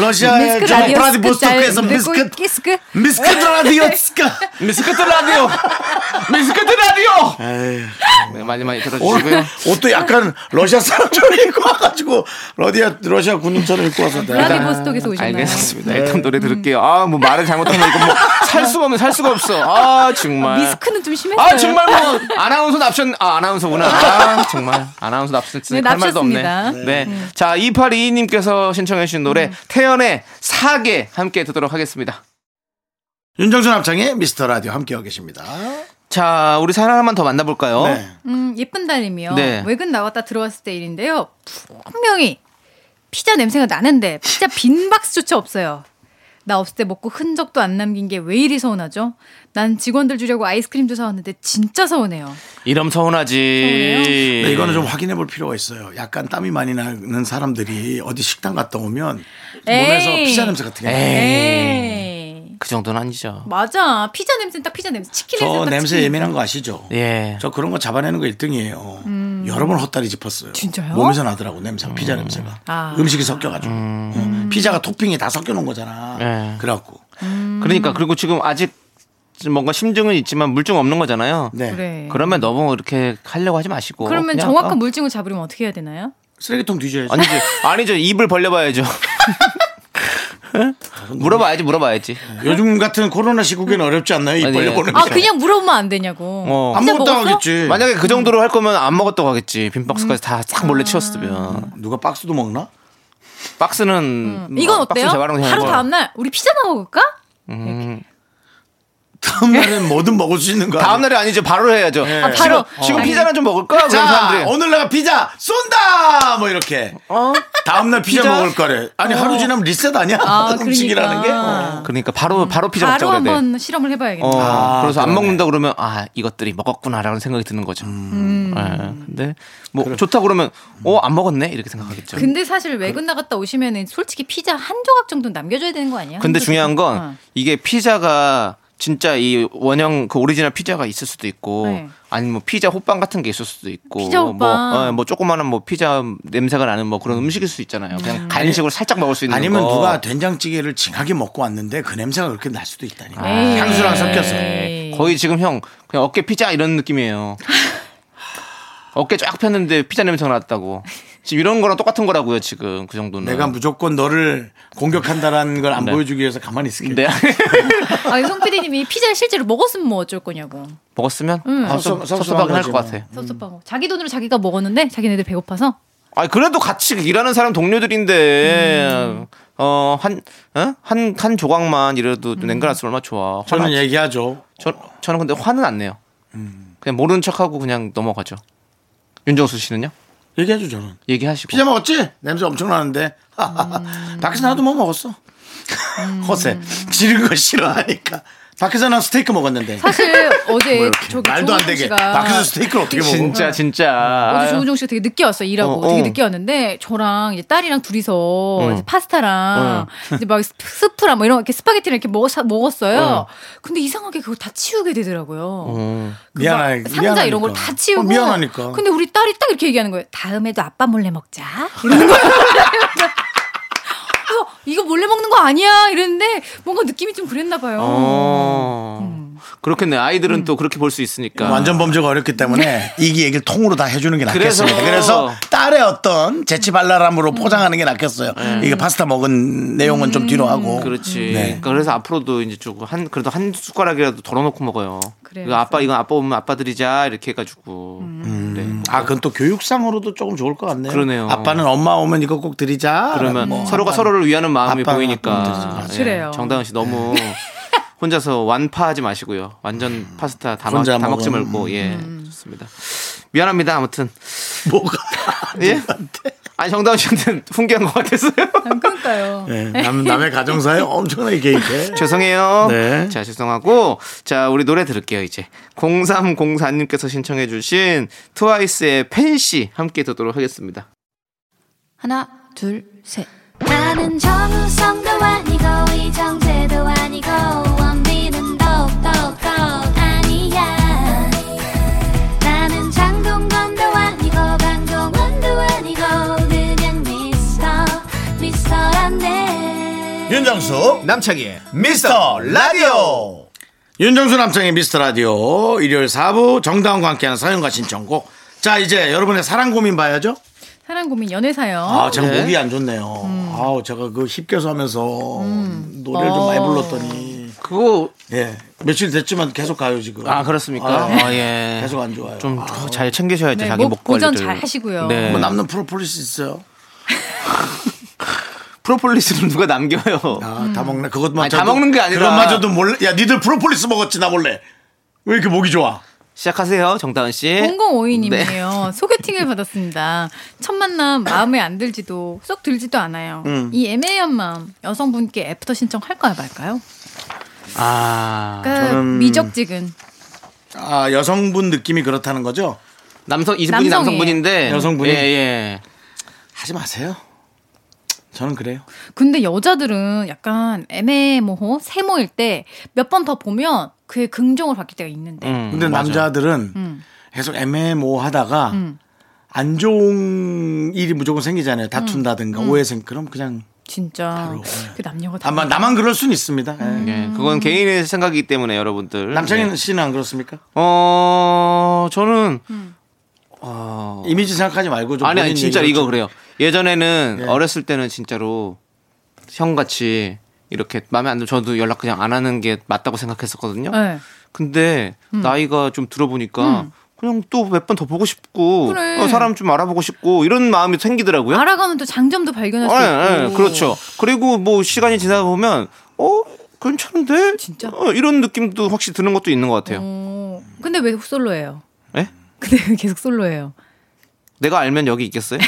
러시아 미스크 저 라디오 브라디보스토크에서 듣고 미스크 있기스크? 네. 미스크 (laughs) 라디오 스카. 미스터 라디오, 미스터 라디오. 네, 많이 많이 들어주시고요. 오늘 옷도 약간 러시아 사람처럼 입고 와가지고 러시아 러시아 군인처럼 입고 와서 블라디보스톡에서 오셨나요? 알겠습니다. 네. 일단 음. 노래 들을게요. 아, 뭐 말을 잘못하면 이거 뭐 살 수가 없네, 살 수가 없어. 아, 정말. 미스크는 좀 심했어요. 아, 정말 뭐 아나운서 납션, 아, 아나운서구나. 아, 정말. 아나운서 납션 네, 할 말도 없네. 납셨습니다. 음. 네. 자, 2822님께서 신청해주신 노래 태연의 사계 함께 듣도록 하겠습니다. 윤정수 남창의 미스터 라디오 함께하고 계십니다. 자, 우리 사연 하나만 더 만나볼까요? 네. 음, 예쁜 달님이요. 네. 외근 나왔다 들어왔을 때 일인데요. 분명히 피자 냄새가 나는데 피자 빈 박스조차 없어요. 나 없을 때 먹고 흔적도 안 남긴 게 왜 이리 서운하죠? 난 직원들 주려고 아이스크림도 사왔는데 진짜 서운해요. 이러면 서운하지. 예. 근데 네, 이거는 좀 확인해 볼 필요가 있어요. 약간 땀이 많이 나는 사람들이 어디 식당 갔다 오면 몸에서 에이. 피자 냄새 같은 게 나요. 에이. 그 정도는 아니죠. 네. 맞아. 피자 냄새는 딱 피자 냄새. 치킨 저 냄새는 딱 냄새 치킨 예민한 거 아시죠? 예. 저 그런 거 잡아내는 거 1등이에요. 여러 번 헛다리 짚었어요. 음. 진짜요? 몸에서 나더라고 냄새, 가 피자 냄새가. 아. 음식이 섞여가지고 응. 피자가 토핑이 다 섞여놓은 거잖아. 예. 그래갖고 음. 그러니까 그리고 지금 아직 뭔가 심증은 있지만 물증 없는 거잖아요. 네 그래. 그러면 너무 이렇게 하려고 하지 마시고. 그러면 그냥, 정확한 어. 물증을 잡으려면 어떻게 해야 되나요? 쓰레기통 뒤져야지. 아니죠. 아니죠. 입을 벌려봐야죠. 물어봐야지, 물어봐야지. 네. 요즘 같은 코로나 시국에는 어렵지 않나요? 입 아니, 벌려보는 아 게. 그냥 물어보면 안 되냐고. 어. 피자 아무것도 먹었어? 음. 하겠지. 만약에 그 정도로 할 거면 안 먹었다고 하겠지. 빈박스까지 다 싹 아. 몰래 치웠으면. 누가 박스도 먹나? 박스는 뭐, 음. 이건 박스 어때요? 재활용 바로 다음 날 우리 피자나 먹을까? 다음날엔 뭐든 먹을 수 있는 거. 아니야? 다음 날이 아니죠. 바로 해야죠. 아, 바로. 지금, 지금 어. 피자나 좀 먹을까? 그럼 자, 사람들이. 오늘 내가 피자 쏜다! 뭐 이렇게. 어? 다음날 피자, 피자? 먹을 거래. 아니, 하루 지나면 리셋 아니야? 어. 아, (laughs) 음식이라는 게. 어. 그러니까. 그러니까 바로 바로 피자 바로 먹자고 그래. 한번 실험을 해봐야겠네. 어, 아, 그래서 안 그러네. 먹는다 그러면 아 이것들이 먹었구나라는 생각이 드는 거죠. 음. 예, 근데 뭐 좋다 그러면 어 안 먹었네 이렇게 생각하겠죠. 근데, 근데 사실 외근 나갔다 오시면은 솔직히 피자 한 조각 정도 는 남겨줘야 되는 거 아니야? 한 조각? 중요한 건 어. 이게 피자가 진짜 이 원형 그 오리지널 피자가 그 있을 수도 있고 네. 아니면 뭐 피자 호빵 같은 게 있을 수도 있고 피자 호빵. 뭐, 어, 뭐 조그마한 뭐 피자 냄새가 나는 뭐 그런 음식일 수 있잖아요. 그냥 간식으로 살짝 먹을 수 있는 아니면 거. 누가 된장찌개를 징하게 먹고 왔는데 그 냄새가 그렇게 날 수도 있다니까. 에이. 향수랑 섞여서. 에이. 네. 거의 지금 형 그냥 어깨 피자 이런 느낌이에요. 어깨 쫙 폈는데 피자 냄새가 났다고. 지금 이런 거랑 똑같은 거라고요 지금 그 정도는. 내가 뭐 무조건 너를 공격한다라는 걸 안 네. 보여주기 위해서 가만히 있을게. 네. 아니 송 PD님이 피자를 실제로 먹었으면 뭐 어쩔 거냐고. (laughs) 먹었으면 아, 좀 섭섭- 섭섭하긴 섭섭한 할 것 거지, 뭐. 같아. 섭섭하고 자기 돈으로 자기가 먹었는데 자기네들 배고파서 아 그래도 같이 일하는 사람 동료들인데 어한한한 한 조각만 이래도 냉겨놨으면 얼마나 좋아. 저는 예. 화나- 얘기하죠. 저, 저는 근데 화는 안 내요. 음. 그냥 모르는 척하고 그냥 넘어가죠. 윤정수 씨는요? 얘기하죠 저는. 얘기하시고. 피자 먹었지? 냄새 엄청 나는데. 음. (laughs) 밖에서 나도 뭐 먹었어. (laughs) 허세. 지른 거 싫어하니까. 밖에서 난 스테이크 먹었는데. 사실 어제 이렇게. 말도 저기 안 조은정 되게. 씨가 밖에서 스테이크를 어떻게 먹어? 진짜 어제 진짜. 조우정 씨가 되게 늦게 왔어요 일하고 아. 어, 어. 되게 늦게 왔는데 저랑 이제 딸이랑 둘이서 응. 이제 파스타랑 어. 이제 막 스- 스프랑 뭐 이런 이렇게 스파게티를 이렇게 먹, 먹었어요. 근데 이상하게 그걸 다 치우게 되더라고요. 어. 그막 미안하- 상자 미안하니까. 이런 걸 다 치우고 어, 미안하니까. 근데 우리 딸이 딱 이렇게 얘기하는 거예요. 다음에도 아빠 몰래 먹자. 이러는 거예요. 그래서 이거 몰래 먹는 거 아니야 이랬는데 뭔가 느낌이 좀 그랬나 봐요. 어. 음. 그렇겠네. 아이들은 또 그렇게 볼 수 있으니까. 음, 그러니까. 완전 범죄가 어렵기 네. 때문에 이기 얘기를 통으로 다 해주는 게 그래서- 낫겠습니다. 그래서 딸의 어떤 음. 재치발랄함으로 포장하는 게 낫겠어요. 이게 파스타 먹은 내용은 좀 뒤로 음. 하고. 그렇지. 네. 그러니까 그래서 앞으로도 이제 조금 한 그래도 한 숟가락이라도 덜어놓고 먹어요. 그래요. 음. 이거 아빠 이건 아빠 오면 아빠들이자 이렇게 해가지고. 네. 아, 그건 또 교육상으로도 조금 좋을 것 같네요. 그러네요. 아빠는 엄마 오면 이거 꼭 드리자. 그러면 뭐 서로가 아빠는- 서로를 위하는 마음이 아빠가 보이니까. 예. 아빠한테 좀 그래요. 정다은 씨 너무 네. (laughs) 혼자서 완파하지 마시고요. 완전 파스타 다, 먹, 음. 혼자 다 먹지 먹으면. 말고 예 음. 좋습니다. 미안합니다. 아무튼 뭐가. 예. 아니 정다은 씨한테 (laughs) 훈계한 것 같았어요. 아, 그러니까요. (laughs) 예. 네, 남, 남의 가정사에 엄청나게 (laughs) 개입해. 죄송해요. 네. 자, 죄송하고 자, 우리 노래 들을게요, 이제. 0304님께서 신청해 주신 트와이스의 팬시 함께 듣도록 하겠습니다. 하나 둘 셋. 나는 정우성도 아니고 이정재도 아니고 원빈은 더욱더 아니야 나는 장동건도 아니고 강동원도 아니고 그냥 미스터 미스터란데 윤정수 남창희의 미스터 라디오 윤정수 남창의 미스터 라디오 일요일 4부 정다운과 함께하는 사연과 신청곡. 자, 이제 여러분의 사랑 고민 봐야죠. 사랑 고민 연애 사연. 아, 제가 네. 목이 안 좋네요. 아우, 제가 그 힙겨서 하면서 노래를 좀 많이 어. 불렀더니. 그거 예. 며칠 됐지만 계속 가요, 지금. 아, 그렇습니까? 아, 아, 예. 계속 안 좋아요. 좀. 좀 잘 챙기셔야죠. 네, 자기 목 목 보전 관리를. 잘 하시고요. 네. 뭐 남는 프로폴리스 있어요? 프로폴리스는 누가 남겨요. 아, 다 먹네. 그것만 음. 아니, 다 먹는 게 아니라. 그것마저도 몰래. 야, 니들 프로폴리스 먹었지, 나 몰래. 왜 이렇게 목이 좋아? 시작하세요, 정다은 씨. 0052님이에요. 소개팅을 받았습니다. 첫 만남 마음에 안 들지도 쏙 들지도 않아요. 이 애매한 마음 여성분께 애프터 신청할까요 말까요? 아. 그러니까 미적지근. 아, 여성분 느낌이 그렇다는 거죠? 남성 이분이 남성이에요. 남성분인데 여성분이? 예, 예. 하지 마세요. 저는 그래요. 근데 여자들은 약간 애매모호 세모일 때 몇 번 더 보면 그의 긍정을 받길 때가 있는데 음, 근데 맞아요. 음. 남자들은 계속 애매모호하다가 안 좋은 일이 무조건 생기잖아요. 음. 다툰다든가 오해 생 그럼 그냥 진짜 그 남녀가 다 아마 나만 그럴 수는 있습니다. 예. 예, 음. 그건 개인의 생각이기 때문에 여러분들. 남창희 예. 씨는 안 그렇습니까? 어, 저는 음. 어, 이미지 생각하지 말고 좀 아니 아니 본인 진짜 얘기로 이거 좀- 그래요. 예전에는 예. 어렸을 때는 진짜로 형같이 이렇게 마음에 안 들어 저도 연락 그냥 안 하는 게 맞다고 생각했었거든요. 네. 음. 근데 나이가 좀 들어보니까 그냥 또 몇 번 더 보고 싶고 그래. 어, 사람 좀 알아보고 싶고 이런 마음이 생기더라고요. 알아가는 또 장점도 발견할 수 예, 있고 예, 그렇죠. 그리고 뭐 시간이 지나다 보면 어 괜찮은데 진짜? 어, 이런 느낌도 확실히 드는 것도 있는 것 같아요. 어, 근데 왜 솔로예요? (laughs) 예? 근데 왜 계속 솔로예요? (laughs) 내가 알면 여기 있겠어요?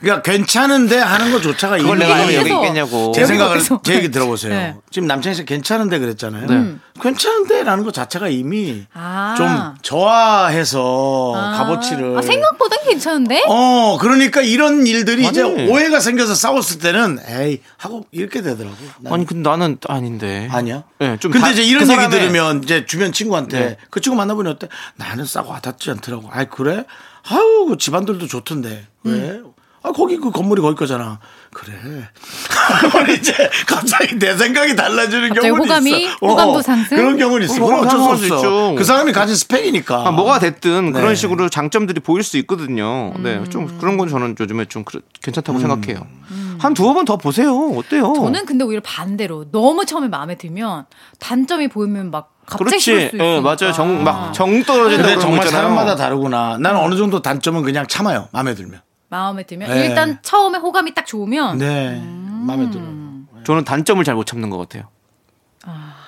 그러니까 괜찮은데 하는 것조차가 그걸 내가 알면 이미 여기 계속- 있겠냐고. 제 생각을 계속- 제 얘기 (laughs) 들어보세요. 네. 지금 남창희 씨 괜찮은데 그랬잖아요. 네. 음. 괜찮은데라는 것 자체가 이미 아. 좀 저하해서 아. 값어치를 아, 생각보단 괜찮은데? 어 그러니까 이런 일들이 이제 아니. 오해가 생겨서 싸웠을 때는 에이 하고 이렇게 되더라고. 난 아니 근데 나는 아닌데. 아니야. 예, 좀 근데 다- 이제 이런 그 얘기 사람의- 들으면 이제 주변 친구한테 네. 그 친구 만나보니 어때? 나는 싸고 와닿지 않더라고. 아이 그래? 아우 그 집안들도 좋던데 왜? 음. 아 거기 그 건물이 거기 거잖아. 그래. (laughs) 아니, 이제 갑자기 내 생각이 달라지는 갑자기 경우는 호감이? 있어. 호감도 상승? 그런 경우는 있어. 그럼 그건 어쩔 수 상관할 수 없어. 있죠. 그 사람이 가진 스펙이니까. 아, 뭐가 됐든 네. 그런 식으로 장점들이 보일 수 있거든요. 음. 네, 좀 그런 건 저는 요즘에 좀 그렇- 음. 괜찮다고 생각해요. 한 두어 번 더 보세요. 어때요? 음. 저는 근데 오히려 반대로 너무 처음에 마음에 들면 단점이 보이면 막 갑자기 그럴 그렇지. 수 예, 있으니까. 맞아요. 정 막 정 떨어진다 근데 그런 정말 거 있잖아요. 사람마다 다르구나. 나는 어느 정도 단점은 그냥 참아요. 마음에 들면. 마음에 들면 예. 네. 일단 처음에 호감이 딱 좋으면 네. 마음에 들어. 저는 단점을 잘 못 참는 것 같아요.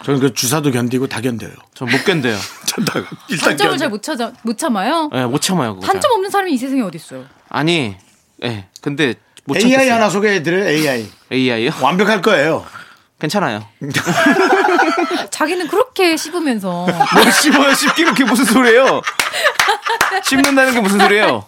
저는 그 주사도 견디고 다 견뎌요. 저는 못 견뎌요. (laughs) 전 다 일단 단점을 견뎌. 잘 못 찾아 못 참아요. 예, 못 참아요. 그거 잘. 단점 없는 사람이 이 세상에 어디 있어요? 아니, 예, 근데 못 AI 참겠어요. 하나 소개해드려요. AI. AI요? 완벽할 거예요. 괜찮아요. 자기는 (laughs) 그렇게 씹으면서 뭘 뭐, 씹어요? 씹기는 게 무슨 소리예요? 씹는다는 게 무슨 소리예요?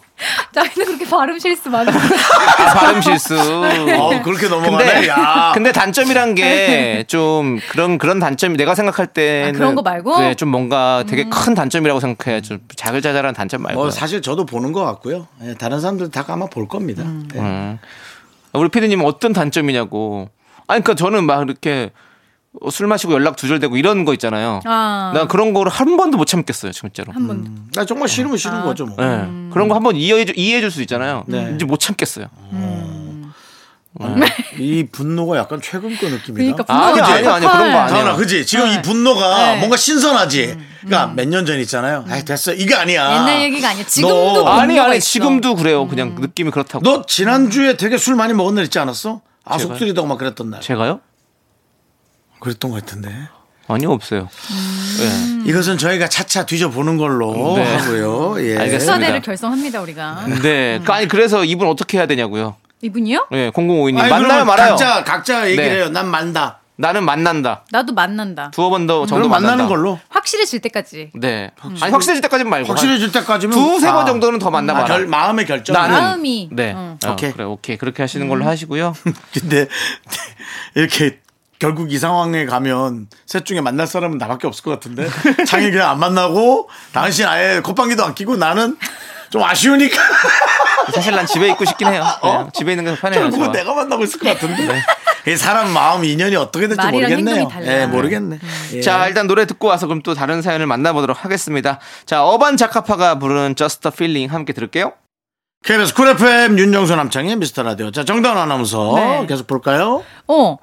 자기는 그렇게 발음 실수 많은 아, 발음 (laughs) 실수. 어, 그렇게 넘어가네. 근데 야. 네. 근데 단점이란 게 좀 그런 그런 단점이 내가 생각할 때는 아, 그런 거 말고? 음. 네, 좀 뭔가 되게 큰 단점이라고 생각해 좀 자글자글한 단점 말고 뭐 사실 저도 보는 것 같고요. 예, 다른 사람들 다 아마 볼 겁니다. 예. 우리 피디님 어떤 단점이냐고 아니 그러니까 저는 막 이렇게 어, 술 마시고 연락 두절되고 이런 거 있잖아요. 아. 나 그런 거를 한 번도 못 참겠어요, 진짜로. 한 번. 나 정말 싫으면 싫은 거죠. 뭐. 예. 그런 거 한 번 이해해, 이해해 줄 수 있잖아요. 네. 이제 못 참겠어요. 이 분노가 약간 최근 거 느낌이다. 네. 그러니까 분노가 네. 아니, 아니, 아니, 그런 거 아니에요. 다은아, 그지? 지금 이 분노가 뭔가 신선하지? 그러니까 몇 년 전 있잖아요. 아이, 됐어. 이게 아니야. 옛날 얘기가 아니야. 지금도 너, 아니, 분노가 아니, 있어. 음. 지금도 그래요. 그냥 느낌이 그렇다고. 너 지난주에 되게 술 많이 먹은 날 있지 않았어? 아속술이다고 막 그랬던 날. 제가요? 그랬던 것 같은데. 아니요, 없어요. 음. 예. 음. 이것은 저희가 차차 뒤져보는 걸로 네. 하고요. 예. (laughs) 알겠습니다. 수사대를 결성합니다 우리가. 네. 그, 아니, 그래서 이분 어떻게 해야 되냐고요. 이분이요? 예, 0052님. 아니, 만나요, 그러면 말아요. 각자, 각자 얘기를 네. 해요. 난 만다. 나는 만난다. 나도 만난다. 두어 번 더 정도 그럼 만나는 만난다. 걸로. 확실해질 때까지. 네. 아니, 확실해질 때까지는 말고. 확실해질 때까지면 두, 세 번 아. 정도는 더 만나봐라. 아, 결, 마음의 결정. 나는 마음이. 음. 네. 응. 어, 오케이. 그래, 오케이. 그렇게 하시는 걸로 하시고요. (laughs) 근데 (laughs) 이렇게 결국 이 상황에 가면 셋 중에 만날 사람은 나밖에 없을 것 (laughs) 같은데 장이 그냥 안 만나고 당신 아예 콧방귀도 안 끼고 나는 좀 아쉬우니까 사실 난 집에 있고 싶긴 해요. 네, 집에 있는 게 편해요. 어? 결국 좋아. 은뭐 내가 만나고 있을 것 같은데 네, 이 사람 마음 인연이 어떻게 될지 말이랑 모르겠네요. 행동이 달라. 예, 모르겠네. 예. 자, 일단 노래 듣고 와서 그럼 또 다른 사연을 만나보도록 하겠습니다. 자, 어반 자카파가 부른 Just a Feeling 함께 들을게요. KBS 쿨 FM 윤정수 남창의 미스터 라디오. 자, 정다운 아나운서 네. 계속 볼까요? 어.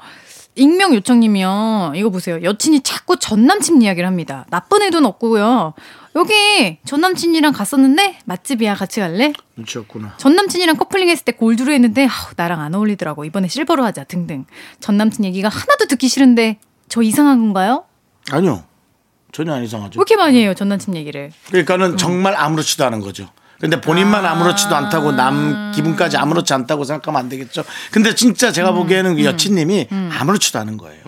익명 요청님이요. 이거 보세요. 여친이 자꾸 전 남친 이야기를 합니다. 나쁜 애도 없고요. 여기 전 남친이랑 갔었는데 맛집이야 같이 갈래? 눈치 없구나. 전 남친이랑 커플링 했을 때 골드로 했는데 아우, 나랑 안 어울리더라고. 이번에 실버로 하자 등등. 전 남친 얘기가 하나도 듣기 싫은데 저 이상한 건가요? 아니요. 전혀 안 왜 이상하죠. 이렇게 많이 해요 전 남친 얘기를? 그러니까는 정말 아무렇지도 않은 거죠. 근데 본인만 아~ 무렇지도 않다고 남 기분까지 아무렇지 않다고 생각하면 안 되겠죠. 근데 진짜 제가 보기에는 그 여친님이 아무렇지도 않은 거예요.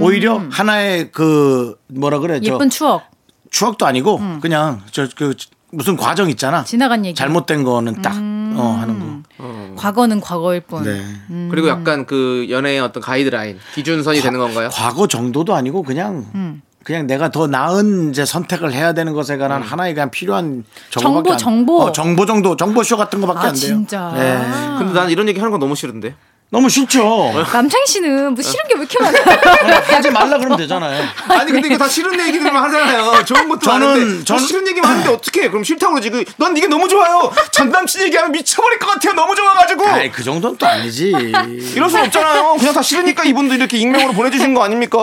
오히려 하나의 그 뭐라 그래 저 예쁜 추억. 추억도 아니고 그냥 저 그 무슨 과정 있잖아. 지나간 얘기. 잘못된 거는 딱 음. 어, 하는 거. 과거는 과거일 뿐. 네. 음. 그리고 약간 그 연애의 어떤 가이드라인, 기준선이 되는 건가요? 과거 정도도 아니고 그냥 음. 그냥 내가 더 나은 이제 선택을 해야 되는 것에 관한 하나의 그냥 필요한 정보밖에 음. 정보, 안- 정보. 어, 정보 정도 정보쇼 같은 거밖에 아, 안 돼요. 진짜. 네. 근데 난 이런 얘기 하는 거 너무 싫은데. 너무 싫죠. 남창희 씨는 뭐 싫은 게 왜 이렇게 많아요? (laughs) 하지 말라 그러면 (laughs) 되잖아요. 아니 근데 이거 다 싫은 얘기들만 하잖아요. 좋은 것도 저는- 많은데 저 저는- 싫은 얘기만 하는데 어떻게? 그럼 싫다고 그러지. 그, 넌 이게 너무 좋아요. 전 남친 얘기하면 미쳐버릴 것 같아요. 너무 좋아가지고. 아이 그 정도는 또 아니지. 이럴 수 없잖아요. 그냥 다 싫으니까 이분도 이렇게 익명으로 보내주신 거 (laughs) 아닙니까?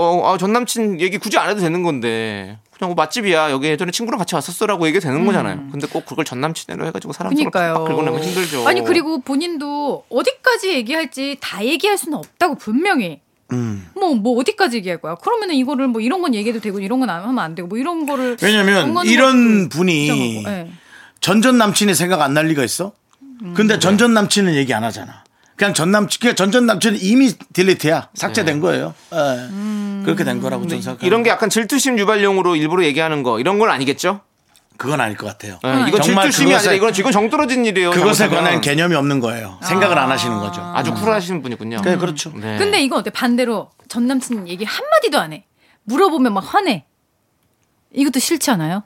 어, 아, 전 남친 얘기 굳이 안 해도 되는 건데. 그냥 뭐 맛집이야. 여기 예전에 친구랑 같이 왔었어라고 얘기 되는 거잖아요. 근데 꼭 그걸 전 남친으로 해가지고 사람 속을 그러니까요. 팍팍 긁어내면 힘들죠. 아니 그리고 본인도 어디까지 얘기할지 다 얘기할 수는 없다고 분명히. 음. 뭐 뭐 어디까지 얘기할 거야? 그러면은 이거를 뭐 이런 건 얘기해도 되고 이런 건 안 하면 안 되고 뭐 이런 거를 왜냐면 연구하는 이런 것도 분이 이상하고, 예. 전전 남친의 생각 안 날 리가 있어? 음. 근데 전전 남친은 얘기 안 하잖아. 그냥 전 남친, 그냥 전전 남친은 이미 딜리트야. 네. 삭제된 거예요. 예. 음. 그렇게 된 거라고 저는 생각합니다. 이런 게 약간 질투심 유발용으로 일부러 얘기하는 거 이런 건 아니겠죠? 그건 아닐 것 같아요. 예, 이건 정말 질투심이 그것에- 아니라 이건 지금 정 떨어진 일이에요. 그것에 잘못하면. 관한 개념이 없는 거예요. 생각을 안 하시는 거죠. 아주 쿨하신 분이군요. 네, 그렇죠. 네. 근데 이건 어때? 반대로 전 남친 얘기 한 마디도 안 해. 물어보면 막 화내. 이것도 싫지 않아요?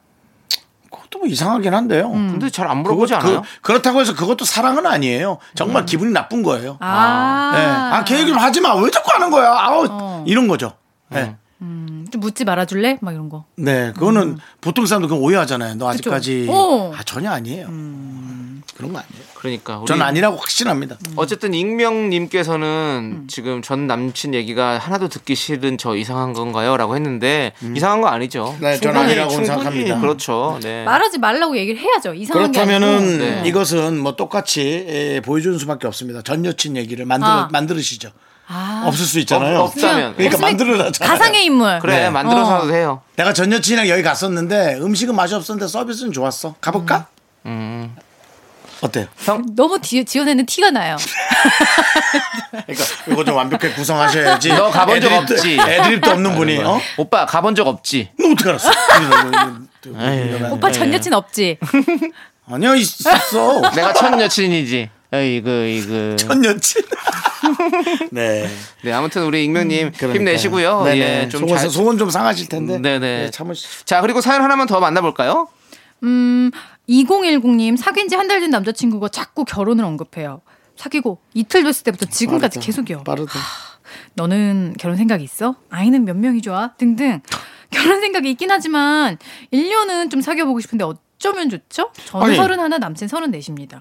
그것도 뭐 이상하긴 한데요. 음. 근데 잘 안 물어보지 그거- 않아요? 음. 그, 렇다고 해서 그것도 사랑은 아니에요. 정말 기분이 나쁜 거예요. 아, 아, 아 계획을 하지 마. 왜 자꾸 하는 거야? 아우 어. 이런 거죠. 예. 음. 좀 묻지 말아줄래? 막 이런 거. 네, 그거는 보통 사람들 그거 오해하잖아요. 너 아직까지 음. 어. 음. 아 전혀 아니에요. 그런 거 아니에요. 그러니까 우리 저는 아니라고 확신합니다. 어쨌든 익명님께서는 음. 지금 전 남친 얘기가 하나도 듣기 싫은 저 이상한 건가요?라고 했는데 이상한 거 아니죠. 음. 네, 전 아니라고 생각합니다. 그렇죠. 네. 음. 말하지 말라고 얘기를 해야죠. 이상한 게 아니고. 그렇다면은 네. 이것은 뭐 똑같이 예, 보여주는 수밖에 없습니다. 전 여친 얘기를 만들어 아. 만들으시죠. 아. 없을 수 있잖아요. 없- 없다면. 그러니까 없으면 만들어놔. 가상의 인물. 네. 그래 네. 만들어서 하도 해요. 내가 전 여친이랑 여기 갔었는데 음식은 맛이 없었는데 서비스는 좋았어. 가볼까? 음. 어때요? 너무 뒤에 지어내는 티가 나요. 그러니까 이거 좀 완벽하게 구성하셔야지. 너 가본 적 애드립도- 없지? 애드립도 없는 분이 어? 네. 오빠 가본 적 없지? 너 어떻게 (laughs) 알았어? 네. 오빠 전 여친 없지? 아니야 있었어. 내가 첫 여친이지. 이그 이그. 전 여친. (laughs) 네. 네 아무튼 우리 익명님 음, 그러니까요. 힘내시고요. 네네. 예, 좀 속은, 잘. 속은 좀 상하실 텐데. 네네. 네, 참으시. 자 그리고 사연 하나만 더 만나볼까요? 음, 2010님 사귄 지 한 달 된 남자친구가 자꾸 결혼을 언급해요. 사귀고 이틀 됐을 때부터 지금까지 계속이요. 빠르다. 너는 결혼 생각이 있어? 아이는 몇 명이 좋아? 등등. 결혼 생각이 있긴 하지만 1년은 좀 사귀어 보고 싶은데 어쩌면 좋죠? 저는 아니. 31, 남친 34입니다.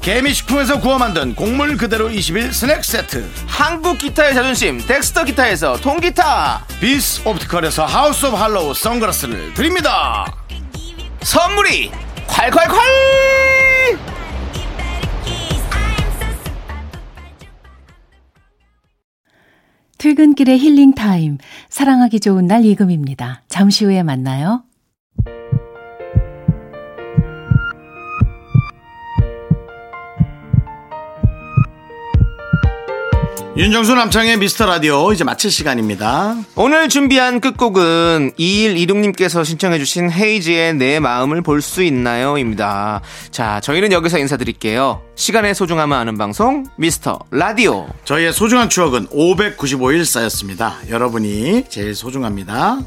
개미식품에서 구워 만든 곡물 그대로 20일 스낵 세트. 한국 기타의 자존심 덱스터 기타에서 통기타 비스 옵티컬에서 하우스 오브 할로우 선글라스를 드립니다. 선물이 콸콸콸 퇴근길의 힐링 타임. 사랑하기 좋은 날 이금입니다. 잠시 후에 만나요. 윤정수 남창의 미스터 라디오 이제 마칠 시간입니다. 오늘 준비한 끝곡은 2126님께서 신청해주신 헤이지의 내 마음을 볼 수 있나요? 입니다. 자, 저희는 여기서 인사드릴게요. 시간의 소중함을 아는 방송, 미스터 라디오. 저희의 소중한 추억은 595일 쌓였습니다. 여러분이 제일 소중합니다.